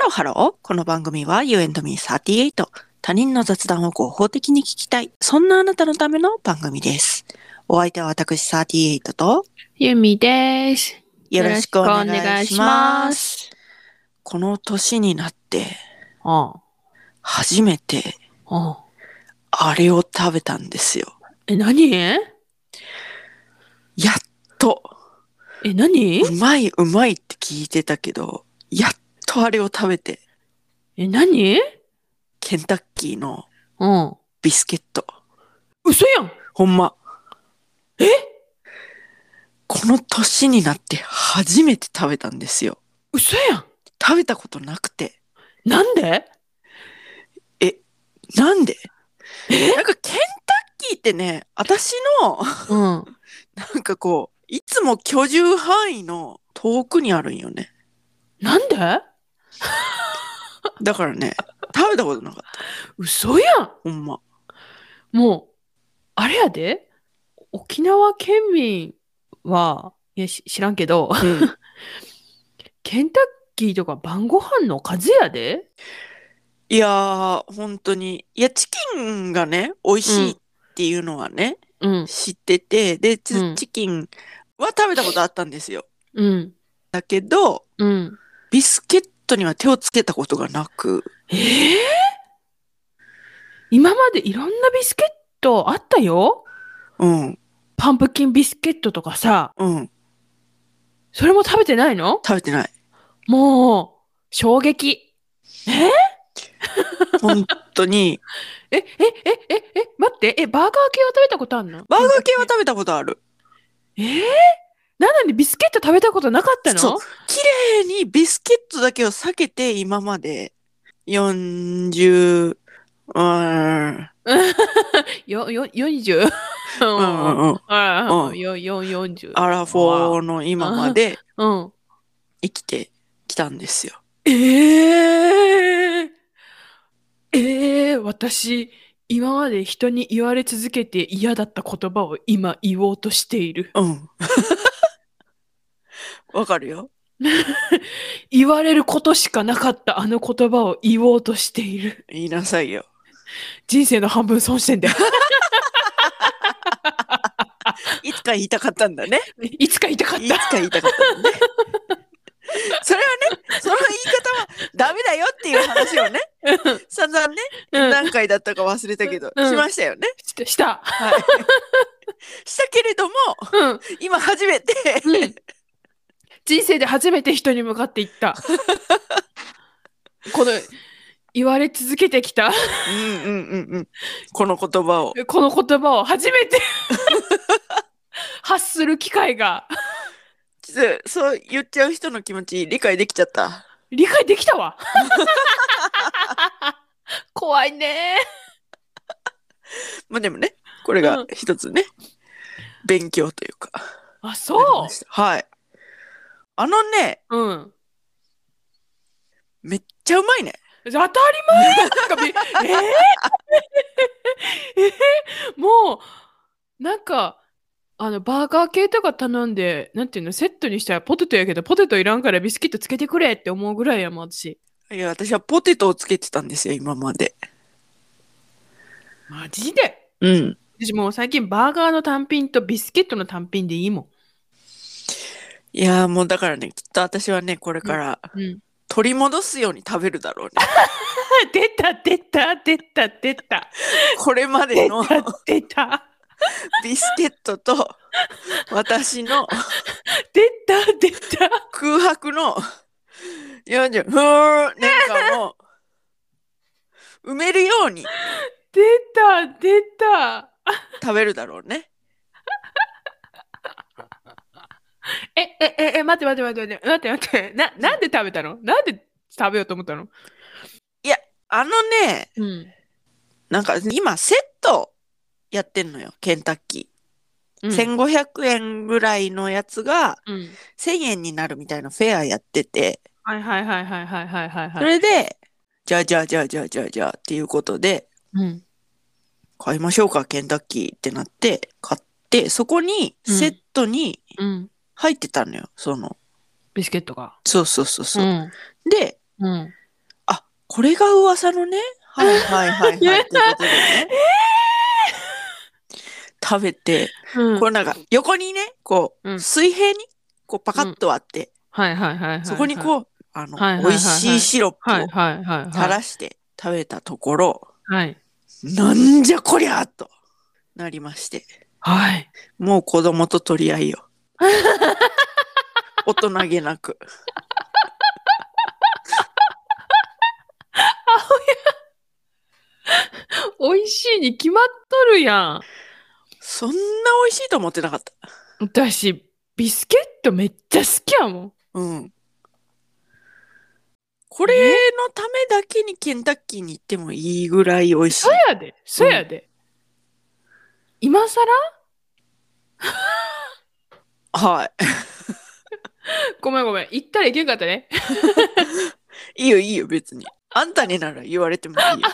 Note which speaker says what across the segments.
Speaker 1: ローハロー。この番組は You and me38。他人の雑談を合法的に聞きたい。そんなあなたのための番組です。お相手は私38と
Speaker 2: ゆみです。
Speaker 1: よろしくお願いしま。
Speaker 2: よろしくお願いします
Speaker 1: この年になって
Speaker 2: あ
Speaker 1: 初めて
Speaker 2: あ。あ
Speaker 1: あれを食べたんですよ。
Speaker 2: え、何え、
Speaker 1: やっと、
Speaker 2: 何
Speaker 1: うまいうまいって聞いてたけど、やっとあれを食べて、
Speaker 2: え、何
Speaker 1: ケンタッキーの
Speaker 2: うん。
Speaker 1: ビスケット。
Speaker 2: 嘘やん
Speaker 1: ほんま。えこの年になって初めて食べたんですよ。
Speaker 2: 嘘やん
Speaker 1: 食べたことなくて。
Speaker 2: なんで
Speaker 1: なんでなんかケンタッキーってね、私の、
Speaker 2: うん。
Speaker 1: なんかこう、いつも居住範囲の遠くにあるんよね。
Speaker 2: なんで
Speaker 1: だからね、食べたことなかった。
Speaker 2: 嘘やん
Speaker 1: ほんま。
Speaker 2: もう、あれやで沖縄県民は、いや、し知らんけど、
Speaker 1: うん
Speaker 2: ケンタッキーとか晩ご飯のおかずやで
Speaker 1: いやー、本当に。いや、チキンがね、美味しいっていうのはね、
Speaker 2: うん。
Speaker 1: 知ってて、で、チ
Speaker 2: うん
Speaker 1: チキンは食べたことあったんですよ。
Speaker 2: うん。
Speaker 1: だけど、
Speaker 2: うん。
Speaker 1: ビスケットには手をつけたことがなく、
Speaker 2: ええ今までいろんなビスケットあったよ
Speaker 1: うん、
Speaker 2: パンプキンビスケットとかさ、
Speaker 1: うん、
Speaker 2: それも食べてないの
Speaker 1: 食べてない。
Speaker 2: もう、衝撃。
Speaker 1: 本当 に。
Speaker 2: え、え、え、え、え、待って、え、バーガー系は食べたことあるの
Speaker 1: バーガー系は食べたことある。
Speaker 2: えー、なのにビスケット食べたことなかったの
Speaker 1: そう綺麗にビスケットだけを避けて今まで40、うーん、
Speaker 2: よ、よ、40?
Speaker 1: うん、うん、うん、
Speaker 2: あ
Speaker 1: う
Speaker 2: あ、
Speaker 1: ん
Speaker 2: よ、よ、40。
Speaker 1: アラフォーの今まで
Speaker 2: うん。
Speaker 1: 生きてきたんですよ。
Speaker 2: えー、えー、私、今まで人に言われ続けて嫌だった言葉を今言おうとしている。
Speaker 1: うん。わかるよ。
Speaker 2: 言われることしかなかったあの言葉を言おうとしている。
Speaker 1: 言いなさいよ。
Speaker 2: 人生の半分損してんだよ。
Speaker 1: いつか言いたかったんだね。
Speaker 2: いつか言いたかっ
Speaker 1: いつか言いたかったのね。それはね、その言い方はダメだよっていう話 をね、散々ね、
Speaker 2: た。うん、
Speaker 1: 何回だったか忘れたけど、
Speaker 2: うん
Speaker 1: しましたよね。
Speaker 2: したした。
Speaker 1: はい。 したけれども、
Speaker 2: うん。
Speaker 1: 今初めて、
Speaker 2: うん。人生で初めて人に向かって言 った。この、言われ続けてきた、
Speaker 1: うんうんうんうん、この言葉を。
Speaker 2: この言葉を初め て発する機会が、
Speaker 1: ちょっとそう言っちゃう人の気持ち理解できちゃった。
Speaker 2: 理解できた わ。怖いね。
Speaker 1: まあでもね、これが一つね、勉強というか。
Speaker 2: あ、
Speaker 1: なり
Speaker 2: そ
Speaker 1: ましたはい。あのね、
Speaker 2: う。うん。
Speaker 1: めっちゃうまいね。
Speaker 2: 当たり前やんかびえー、 えーもうなんかあのバーガー系とか頼んでなんていうのセットにしたらポテトやけどポテトいらんからビスケットつけてくれって思うぐらいやもん私
Speaker 1: いや、私はポテトをつけてたんですよ、今まで。
Speaker 2: マジで
Speaker 1: うん。
Speaker 2: 私もう最近バーガーの単品とビスケットの単品でいいも
Speaker 1: いやーもうだからね、きっと私はね、これから
Speaker 2: ん、うん、
Speaker 1: 取り戻すように食べるだろうね。
Speaker 2: 出た出た出た出た
Speaker 1: これまで
Speaker 2: 出
Speaker 1: の
Speaker 2: た出た
Speaker 1: ビスケットと私の
Speaker 2: 出た出た
Speaker 1: 空白の40年間を埋めるように
Speaker 2: 出た出た
Speaker 1: 食べるだろうね。
Speaker 2: え、え、え、え、待って待って待って待って待って待って。な、なんで食べたのなんで食べようと思ったの
Speaker 1: あのね、
Speaker 2: うん。
Speaker 1: なんか今セットやってんのよ、ケンタッキ
Speaker 2: う
Speaker 1: ー。
Speaker 2: ん。
Speaker 1: 1500円ぐらいのやつが
Speaker 2: うん。
Speaker 1: 1000円になるみたいなフェアやってて、
Speaker 2: はいはいはいはいはいはいはい
Speaker 1: そ
Speaker 2: はい。
Speaker 1: れで、じゃあじゃあじゃあじゃあじゃあじゃあっていうことで、
Speaker 2: うん。
Speaker 1: 買いましょうか、ケンタッキーってなって、買って、そこに
Speaker 2: うん
Speaker 1: セットに
Speaker 2: うん。
Speaker 1: 入ってたのよ。その、
Speaker 2: ビスケットが。
Speaker 1: そうそうそうそうう、
Speaker 2: ん。
Speaker 1: で、
Speaker 2: うん。
Speaker 1: これが噂のね。はいはいは いはい。ってことでね。食べて、
Speaker 2: うん
Speaker 1: こうなんか横にね、こ
Speaker 2: う
Speaker 1: う、
Speaker 2: ん
Speaker 1: 水平に、こうパカッと割って、
Speaker 2: はいはいはいはいはい。
Speaker 1: そこに
Speaker 2: う、
Speaker 1: こう、あの、
Speaker 2: はいはいはいはい
Speaker 1: 美味しいシロップ
Speaker 2: はい
Speaker 1: を
Speaker 2: はいはい。
Speaker 1: 垂らして食べたところ、
Speaker 2: はい。
Speaker 1: なんじゃこりゃーとなりまして。
Speaker 2: はい。
Speaker 1: もう子供と取り合いよ。大人げなく。
Speaker 2: 美味しいに決まっとるやん。
Speaker 1: そんな美味しいと思ってなかった。
Speaker 2: 私、ビスケットめっちゃ好きやもん。
Speaker 1: うん。これのためだけにケンタッキーに行ってもいいぐらい美味しい
Speaker 2: そ。やで、そやで。今更
Speaker 1: は
Speaker 2: ごめんごめん。行ったらいけんかったね。
Speaker 1: い。いいよいいよ別に。あんたになら言われてもいいよ。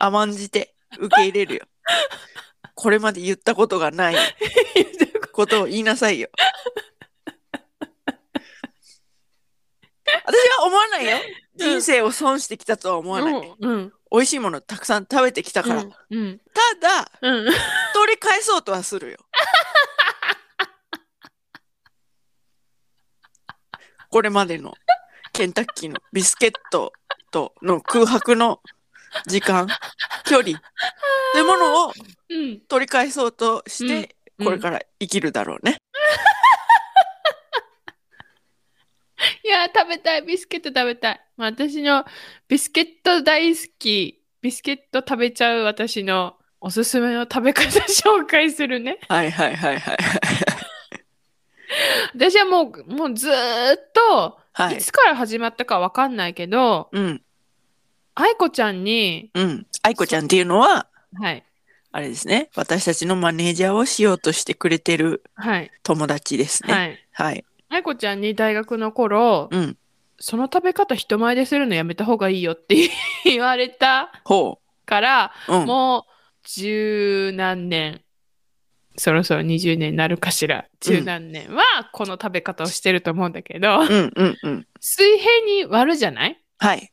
Speaker 1: 甘んじて受け入れるよ。これまで言ったことがないことを言いなさいよ。私は思わないよ。人生を損してきたとは思わない。
Speaker 2: うん。うん。
Speaker 1: 美味しいものたくさん食べてきたから。た
Speaker 2: うん。
Speaker 1: だ、
Speaker 2: うん。
Speaker 1: 取り返そうとはする よ。これまでのケンタッキーのビスケットとの空白の時間、距 離というものを
Speaker 2: うん。
Speaker 1: 取り返そうとして、
Speaker 2: うん
Speaker 1: これから生きるだろうね。
Speaker 2: いやー、食べたい。ビスケット食べたい。まあ、私のビスケット大好き。ビスケット食べちゃう私のおすすめの食べ方紹介するね。
Speaker 1: はいはいはいはい。
Speaker 2: 私はもう、もうずーっと、
Speaker 1: はいい。
Speaker 2: つから始まったかわかんないけど、
Speaker 1: うん
Speaker 2: 愛子ちゃんに、
Speaker 1: うん。愛子ちゃんっていうのは、
Speaker 2: はい、
Speaker 1: あれですね。私たちのマネージャーをしようとしてくれてる
Speaker 2: はい、
Speaker 1: 友達ですね。
Speaker 2: はい。
Speaker 1: はい。
Speaker 2: 愛子ちゃんに大学の頃、
Speaker 1: うん。
Speaker 2: その食べ方人前でするのやめた方がいいよって言われた
Speaker 1: ほ
Speaker 2: から、
Speaker 1: う。うん。
Speaker 2: もう十何年、そろそろ20年になるかしら、十何年はこの食べ方をしてると思うんだけど、
Speaker 1: うんうんうん。
Speaker 2: 水平に割るじゃない
Speaker 1: はい。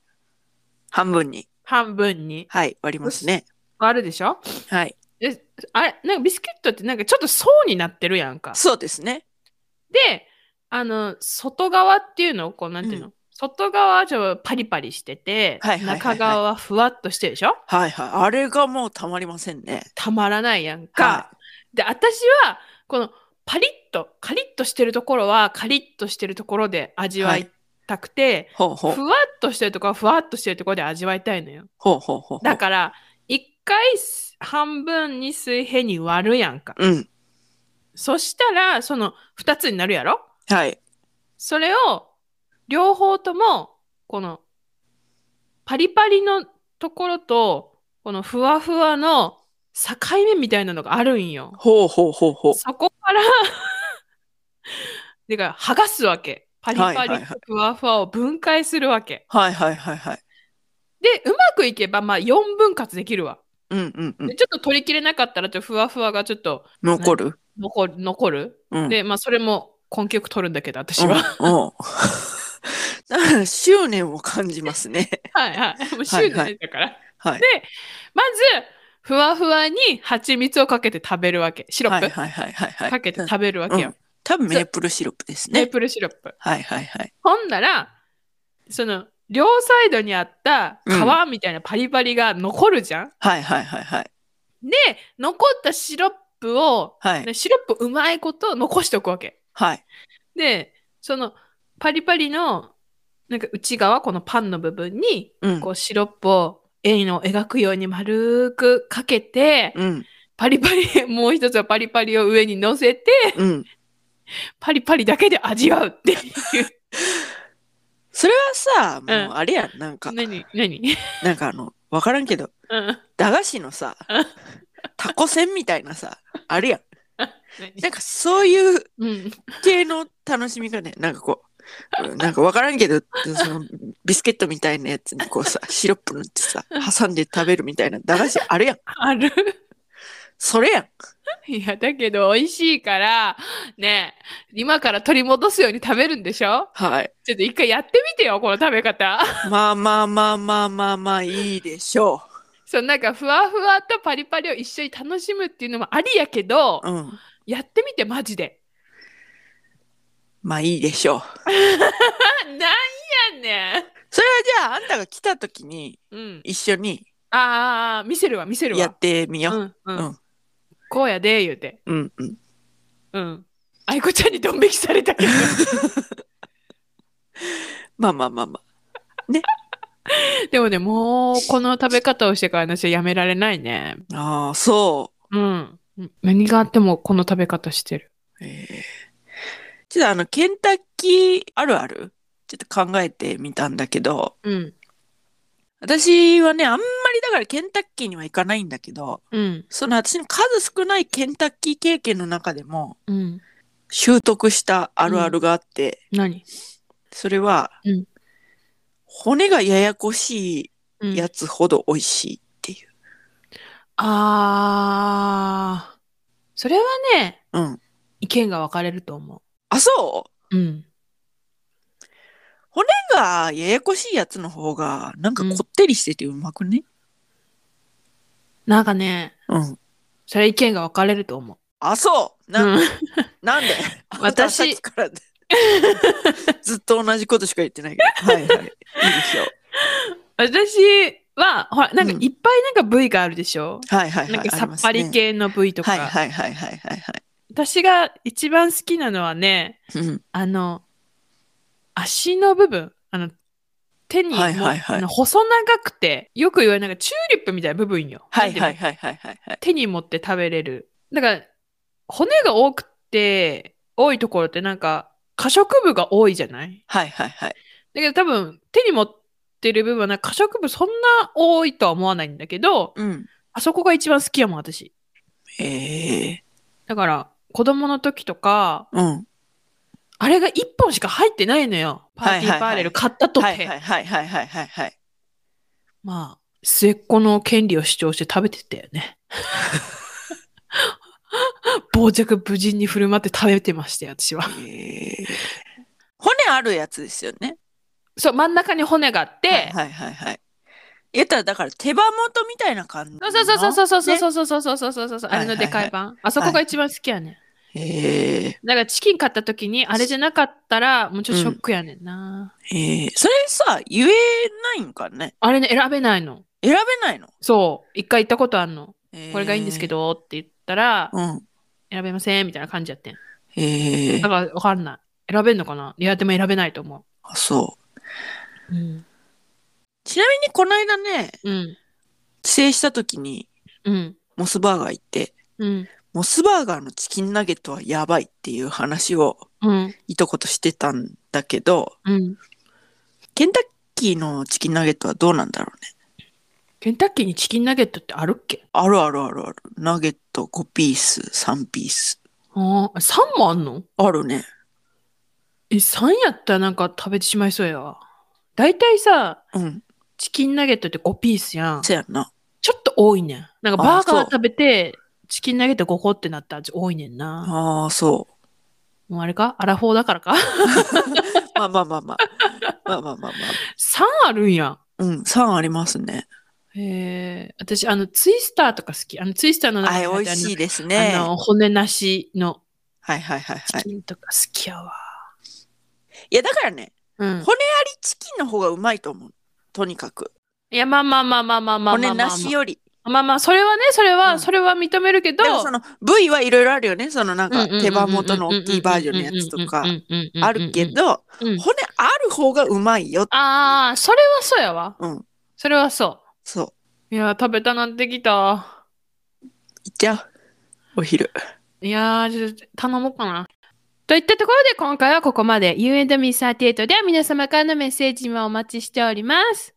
Speaker 1: 半分に。
Speaker 2: 半分に。
Speaker 1: はい。割りますね。
Speaker 2: 割るでしょ
Speaker 1: はい。
Speaker 2: で、あれ、なんかビスケットってなんかちょっと層になってるやんか。
Speaker 1: そうですね。
Speaker 2: で、あの、外側っていうのをこう、なんていうの、外側はちょっとパリパリしてて、
Speaker 1: はいはいはいはい
Speaker 2: 中側はふわっとしてるでしょ
Speaker 1: はいはい。あれがもうたまりませんね。
Speaker 2: たまらないやんか。
Speaker 1: は
Speaker 2: で、私は、このパリッと、カリッとしてるところは、カリッとしてるところで味わいたくて、
Speaker 1: い。ほうほう。
Speaker 2: ふわっとしてるところは、ふわっとしてるところで味わいたいのよ。
Speaker 1: ほうほうほう。
Speaker 2: だから、一回半分に水平に割るやんか。
Speaker 1: ら。うん。
Speaker 2: そしたら、その二つになるやろ
Speaker 1: はい。
Speaker 2: それを両方ともこのパリパリのところとこのふわふわの境目みたいなのがあるんよ。
Speaker 1: ほうほうほうほう。
Speaker 2: そこから てか剥がすわけ。パリ
Speaker 1: は
Speaker 2: パ
Speaker 1: いはい
Speaker 2: リ
Speaker 1: は
Speaker 2: とふわふわを分解するわけ。
Speaker 1: はいはいはいはい。
Speaker 2: でうまくいけばまあ4分割できるわ。
Speaker 1: うんうんう
Speaker 2: で
Speaker 1: ん。
Speaker 2: ちょっと取りきれなかったらちょっとふわふわがちょっと
Speaker 1: 残る
Speaker 2: 残る残る。
Speaker 1: うん。
Speaker 2: でまあそれも根気よく取るんだけど私は。
Speaker 1: うん。うんだから 執念を感じますね。
Speaker 2: はいはい。もう週
Speaker 1: はいは
Speaker 2: 年だから。
Speaker 1: はい。
Speaker 2: まず、ふわふわに蜂蜜をかけて食べるわけ。シロッ
Speaker 1: は
Speaker 2: プ、
Speaker 1: いはいはいはいはい。
Speaker 2: かけて食べるわけよ。
Speaker 1: うん多分メープルシロップです
Speaker 2: メー
Speaker 1: ね。
Speaker 2: プルシロップ。
Speaker 1: はいはいはい。
Speaker 2: ほんなら、その、両サイドにあった皮みたいなパリパリが残るじゃん。
Speaker 1: はいはいはいはい。
Speaker 2: で、残ったシロップを、
Speaker 1: はい。
Speaker 2: シロップうまいこと残しておくわけ。
Speaker 1: はい。
Speaker 2: で、その、パリパリの、なんか内側、このパンの部分に、
Speaker 1: うん
Speaker 2: こ。うシロップを円を描くように丸くかけて、
Speaker 1: うん。
Speaker 2: パリパリ、 もう一つはパリパリを上に乗せて、
Speaker 1: うん。
Speaker 2: パリパリだけで味わうっていう。
Speaker 1: それはさ、も
Speaker 2: う
Speaker 1: うんあれやん。なんか、
Speaker 2: 何何
Speaker 1: なんかあの、わからんけど、
Speaker 2: うん。
Speaker 1: 駄菓子の さ
Speaker 2: う、
Speaker 1: タコせんみたいなさ、あれやん。な
Speaker 2: 何
Speaker 1: んかそういう
Speaker 2: うん。
Speaker 1: 系の楽しみがね、なんかこう、うんなんかわからんけど、そのビスケットみたいなやつにこうさ、シロップ塗ってさ、挟んで食べるみたいな駄菓子あれやん。
Speaker 2: ある。
Speaker 1: それやん。
Speaker 2: いや、だけど美味しいから、ねえ、今から取り戻すように食べるんでしょ
Speaker 1: はい。
Speaker 2: ちょっと一回やってみてよ、この食べ方。
Speaker 1: まあまあまあまあまあまあ、いいでしょ
Speaker 2: そう、なんかふわふわとパリパリを一緒に楽しむっていうのもありやけど、
Speaker 1: う。うん。
Speaker 2: やってみて、マジで。
Speaker 1: まあいいでしょう。
Speaker 2: あなんやねん。
Speaker 1: それはじゃあ、あんたが来た時に
Speaker 2: うん。
Speaker 1: 一緒に
Speaker 2: ああ、見せるわ、見せるわ。
Speaker 1: やってみよう。
Speaker 2: うん、うん。
Speaker 1: うん
Speaker 2: こうやで、言うて。
Speaker 1: うんうん。
Speaker 2: うん。愛子ちゃんにドン引きされたけど。
Speaker 1: まあまあまあまあ。
Speaker 2: でもね、もう、この食べ方をしてから私はやめられないね。
Speaker 1: ああ、そ
Speaker 2: うん。何があってもこの食べ方してる。
Speaker 1: う。ええちょっとあの、ケンタッキーあるあるちょっと考えてみたんだけど、
Speaker 2: うん。
Speaker 1: 私はね、あんまりだからケンタッキーには行かないんだけど、
Speaker 2: うん。
Speaker 1: その私の数少ないケンタッキー経験の中でも
Speaker 2: うん。
Speaker 1: 習得したあるあるがあって、
Speaker 2: 何
Speaker 1: それは、
Speaker 2: うん
Speaker 1: 骨がややこし
Speaker 2: うん
Speaker 1: いやつほど美味しいっていう。
Speaker 2: あー。それはね、
Speaker 1: うん。
Speaker 2: 意見が分かれると思
Speaker 1: あ、そう
Speaker 2: う。うん。
Speaker 1: 骨がややこしいやつの方が、なんかこってりしててうまくね、
Speaker 2: なんかね、
Speaker 1: うん、
Speaker 2: それ意見が分かれると思う。
Speaker 1: あ、そうな、
Speaker 2: うん、
Speaker 1: なんであんたさっきから ずっと同じことしか言ってないけど。はいはい。いいでしょう。
Speaker 2: 私は、ほら、なんか
Speaker 1: うん
Speaker 2: いっぱいなんか部位があるでしょ、
Speaker 1: はいはいはい。
Speaker 2: なんか
Speaker 1: あ
Speaker 2: さ
Speaker 1: ま
Speaker 2: っ
Speaker 1: す
Speaker 2: ぱ
Speaker 1: ね
Speaker 2: り系の部位とか。
Speaker 1: はいはいはいはいはいは
Speaker 2: 私が一番好きなのはね、
Speaker 1: い。うん。
Speaker 2: あの、足の部分、あの、手に、
Speaker 1: はいはいはい
Speaker 2: もうあの細長くて、よく言われるなんかチューリップみたいな部分よ。
Speaker 1: はいは
Speaker 2: なん
Speaker 1: い
Speaker 2: てうの
Speaker 1: はいはいはいはい。
Speaker 2: 手に持って食べれる。だから、骨が多くて、多いところってなんか、可食部が多いじゃない
Speaker 1: はいはいはい。
Speaker 2: だけど多分、手に持ってる部分はなんか可食部そんな多いとは思わないんだけど、
Speaker 1: うん。
Speaker 2: あそこが一番好きやもん、私。
Speaker 1: ええ
Speaker 2: だから、子供の時とか、
Speaker 1: うん。
Speaker 2: あれが一本しか入ってないのよ。パーテ
Speaker 1: はいはい
Speaker 2: ィ
Speaker 1: は
Speaker 2: ー
Speaker 1: い
Speaker 2: パーレル買ったとて。
Speaker 1: はいはいはいはいはいはいはい。
Speaker 2: まあ、末っ子の権利を主張して食べてたよ ね。傍若無人に振る舞って食べてましたよ、私は。
Speaker 1: ええ骨あるやつですよね。
Speaker 2: そう、真ん中に骨があって、
Speaker 1: はいはいはい。言ったらだから手羽元みたいな感じの。
Speaker 2: そうそうそうそうそう
Speaker 1: う。
Speaker 2: そうそうそうそうそうそうそうそう、あれのでかい版、あそこが一番好きやねん。
Speaker 1: ええ
Speaker 2: だからチキン買った時に、あれじゃなかったら、もうちょっとショックやねんな。
Speaker 1: ええそれさ、言えないんかね。
Speaker 2: あれね、選べないの。
Speaker 1: 選べないの。
Speaker 2: そう、一回行ったことあんの。
Speaker 1: ええ
Speaker 2: これがいいんですけ。どって言ったら、
Speaker 1: うん。
Speaker 2: 選べませんみたいな感じやってん。
Speaker 1: ええ
Speaker 2: だからわかんない。選べんのかないや、でも選べないと思
Speaker 1: あ、そう。
Speaker 2: う。うん。
Speaker 1: ちなみにこの間ね、
Speaker 2: うん。
Speaker 1: 帰省した時に
Speaker 2: うん。
Speaker 1: モスバーガー行って、
Speaker 2: うん。
Speaker 1: モスバーガーのチキンナゲットはやばいっていう話を
Speaker 2: うん。
Speaker 1: いとことしてたんだけど、
Speaker 2: うん。
Speaker 1: ケンタッキーのチキンナゲットはどうなんだろうね。
Speaker 2: ケンタッキーにチキンナゲットってあるっけ
Speaker 1: あるあるあるある。ナゲット5ピース、3ピース。
Speaker 2: ああ、3もあんの
Speaker 1: あるね。
Speaker 2: え、3やったらなんか食べてしまいそうやわ。だいたいさ、
Speaker 1: うん。
Speaker 2: チキンナゲットって5ピースやん。
Speaker 1: そやんな。
Speaker 2: ちょっと多いねん。なんか
Speaker 1: あ
Speaker 2: バ
Speaker 1: あ
Speaker 2: ーガ
Speaker 1: そ
Speaker 2: ー
Speaker 1: う
Speaker 2: 食べて、チキンナゲット5個ってなったら多いねんな。
Speaker 1: ああ、そ
Speaker 2: もうあれかアラフォーだから か
Speaker 1: う。まあまあまあまあ。まあまあまあま
Speaker 2: ?3 あるんや。
Speaker 1: あ。うん、3ありますね。
Speaker 2: へえ。私、あの、ツイスターとか好き。あの、ツイスターの中
Speaker 1: は
Speaker 2: に
Speaker 1: い、美
Speaker 2: 入って
Speaker 1: 味しいです
Speaker 2: あの
Speaker 1: ね。
Speaker 2: あ
Speaker 1: は
Speaker 2: の、骨なしの
Speaker 1: いはいはいは
Speaker 2: チ
Speaker 1: い。
Speaker 2: キンとか好きやわ。
Speaker 1: いや、だからね、
Speaker 2: うん。
Speaker 1: 骨ありチキンの方がうまいと思う。とにかく。
Speaker 2: いや、まあまあまあまあまあまあまあ
Speaker 1: 骨
Speaker 2: まあ
Speaker 1: なしより。
Speaker 2: まあまあ、それはね、それは、
Speaker 1: うん
Speaker 2: それは認めるけど、
Speaker 1: でもその部位はいろいろあるよね。そのなんか
Speaker 2: うんうんうんうん
Speaker 1: 手羽元の大きいバージョンのやつとか
Speaker 2: うんうんうんうん
Speaker 1: あるけ。ど、
Speaker 2: うんうん
Speaker 1: 骨ある方がうまいよ。
Speaker 2: ああ、それはそうやわ。
Speaker 1: うん、
Speaker 2: それはそ
Speaker 1: そう。
Speaker 2: う。いやー、食べたなってきた。
Speaker 1: いっちゃう。お昼。
Speaker 2: いやー、ちょっと頼もうかな。といったところで今回はここまで U&Me38 では皆様からのメッセージもお待ちしております。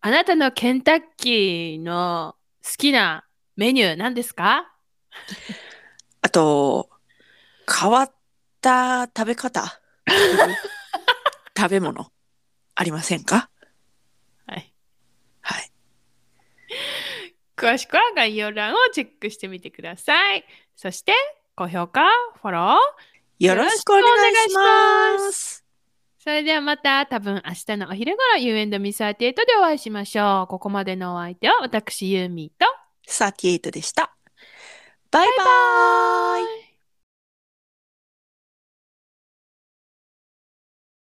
Speaker 2: あなたのケンタッキーの好きなメニュー何ですか
Speaker 1: あと、変わった食べ 方。食べ物。ありませんか
Speaker 2: はい。
Speaker 1: はい。
Speaker 2: 詳しくは概要欄をチェックしてみてください。そして、高評価、フォロー。
Speaker 1: よろしくお願いします。
Speaker 2: それではまた多分明日のお昼頃 You and Miss38 でお会いしましょう。ここまでのお相手は私ユーミーと
Speaker 1: 38でした。バイバイ。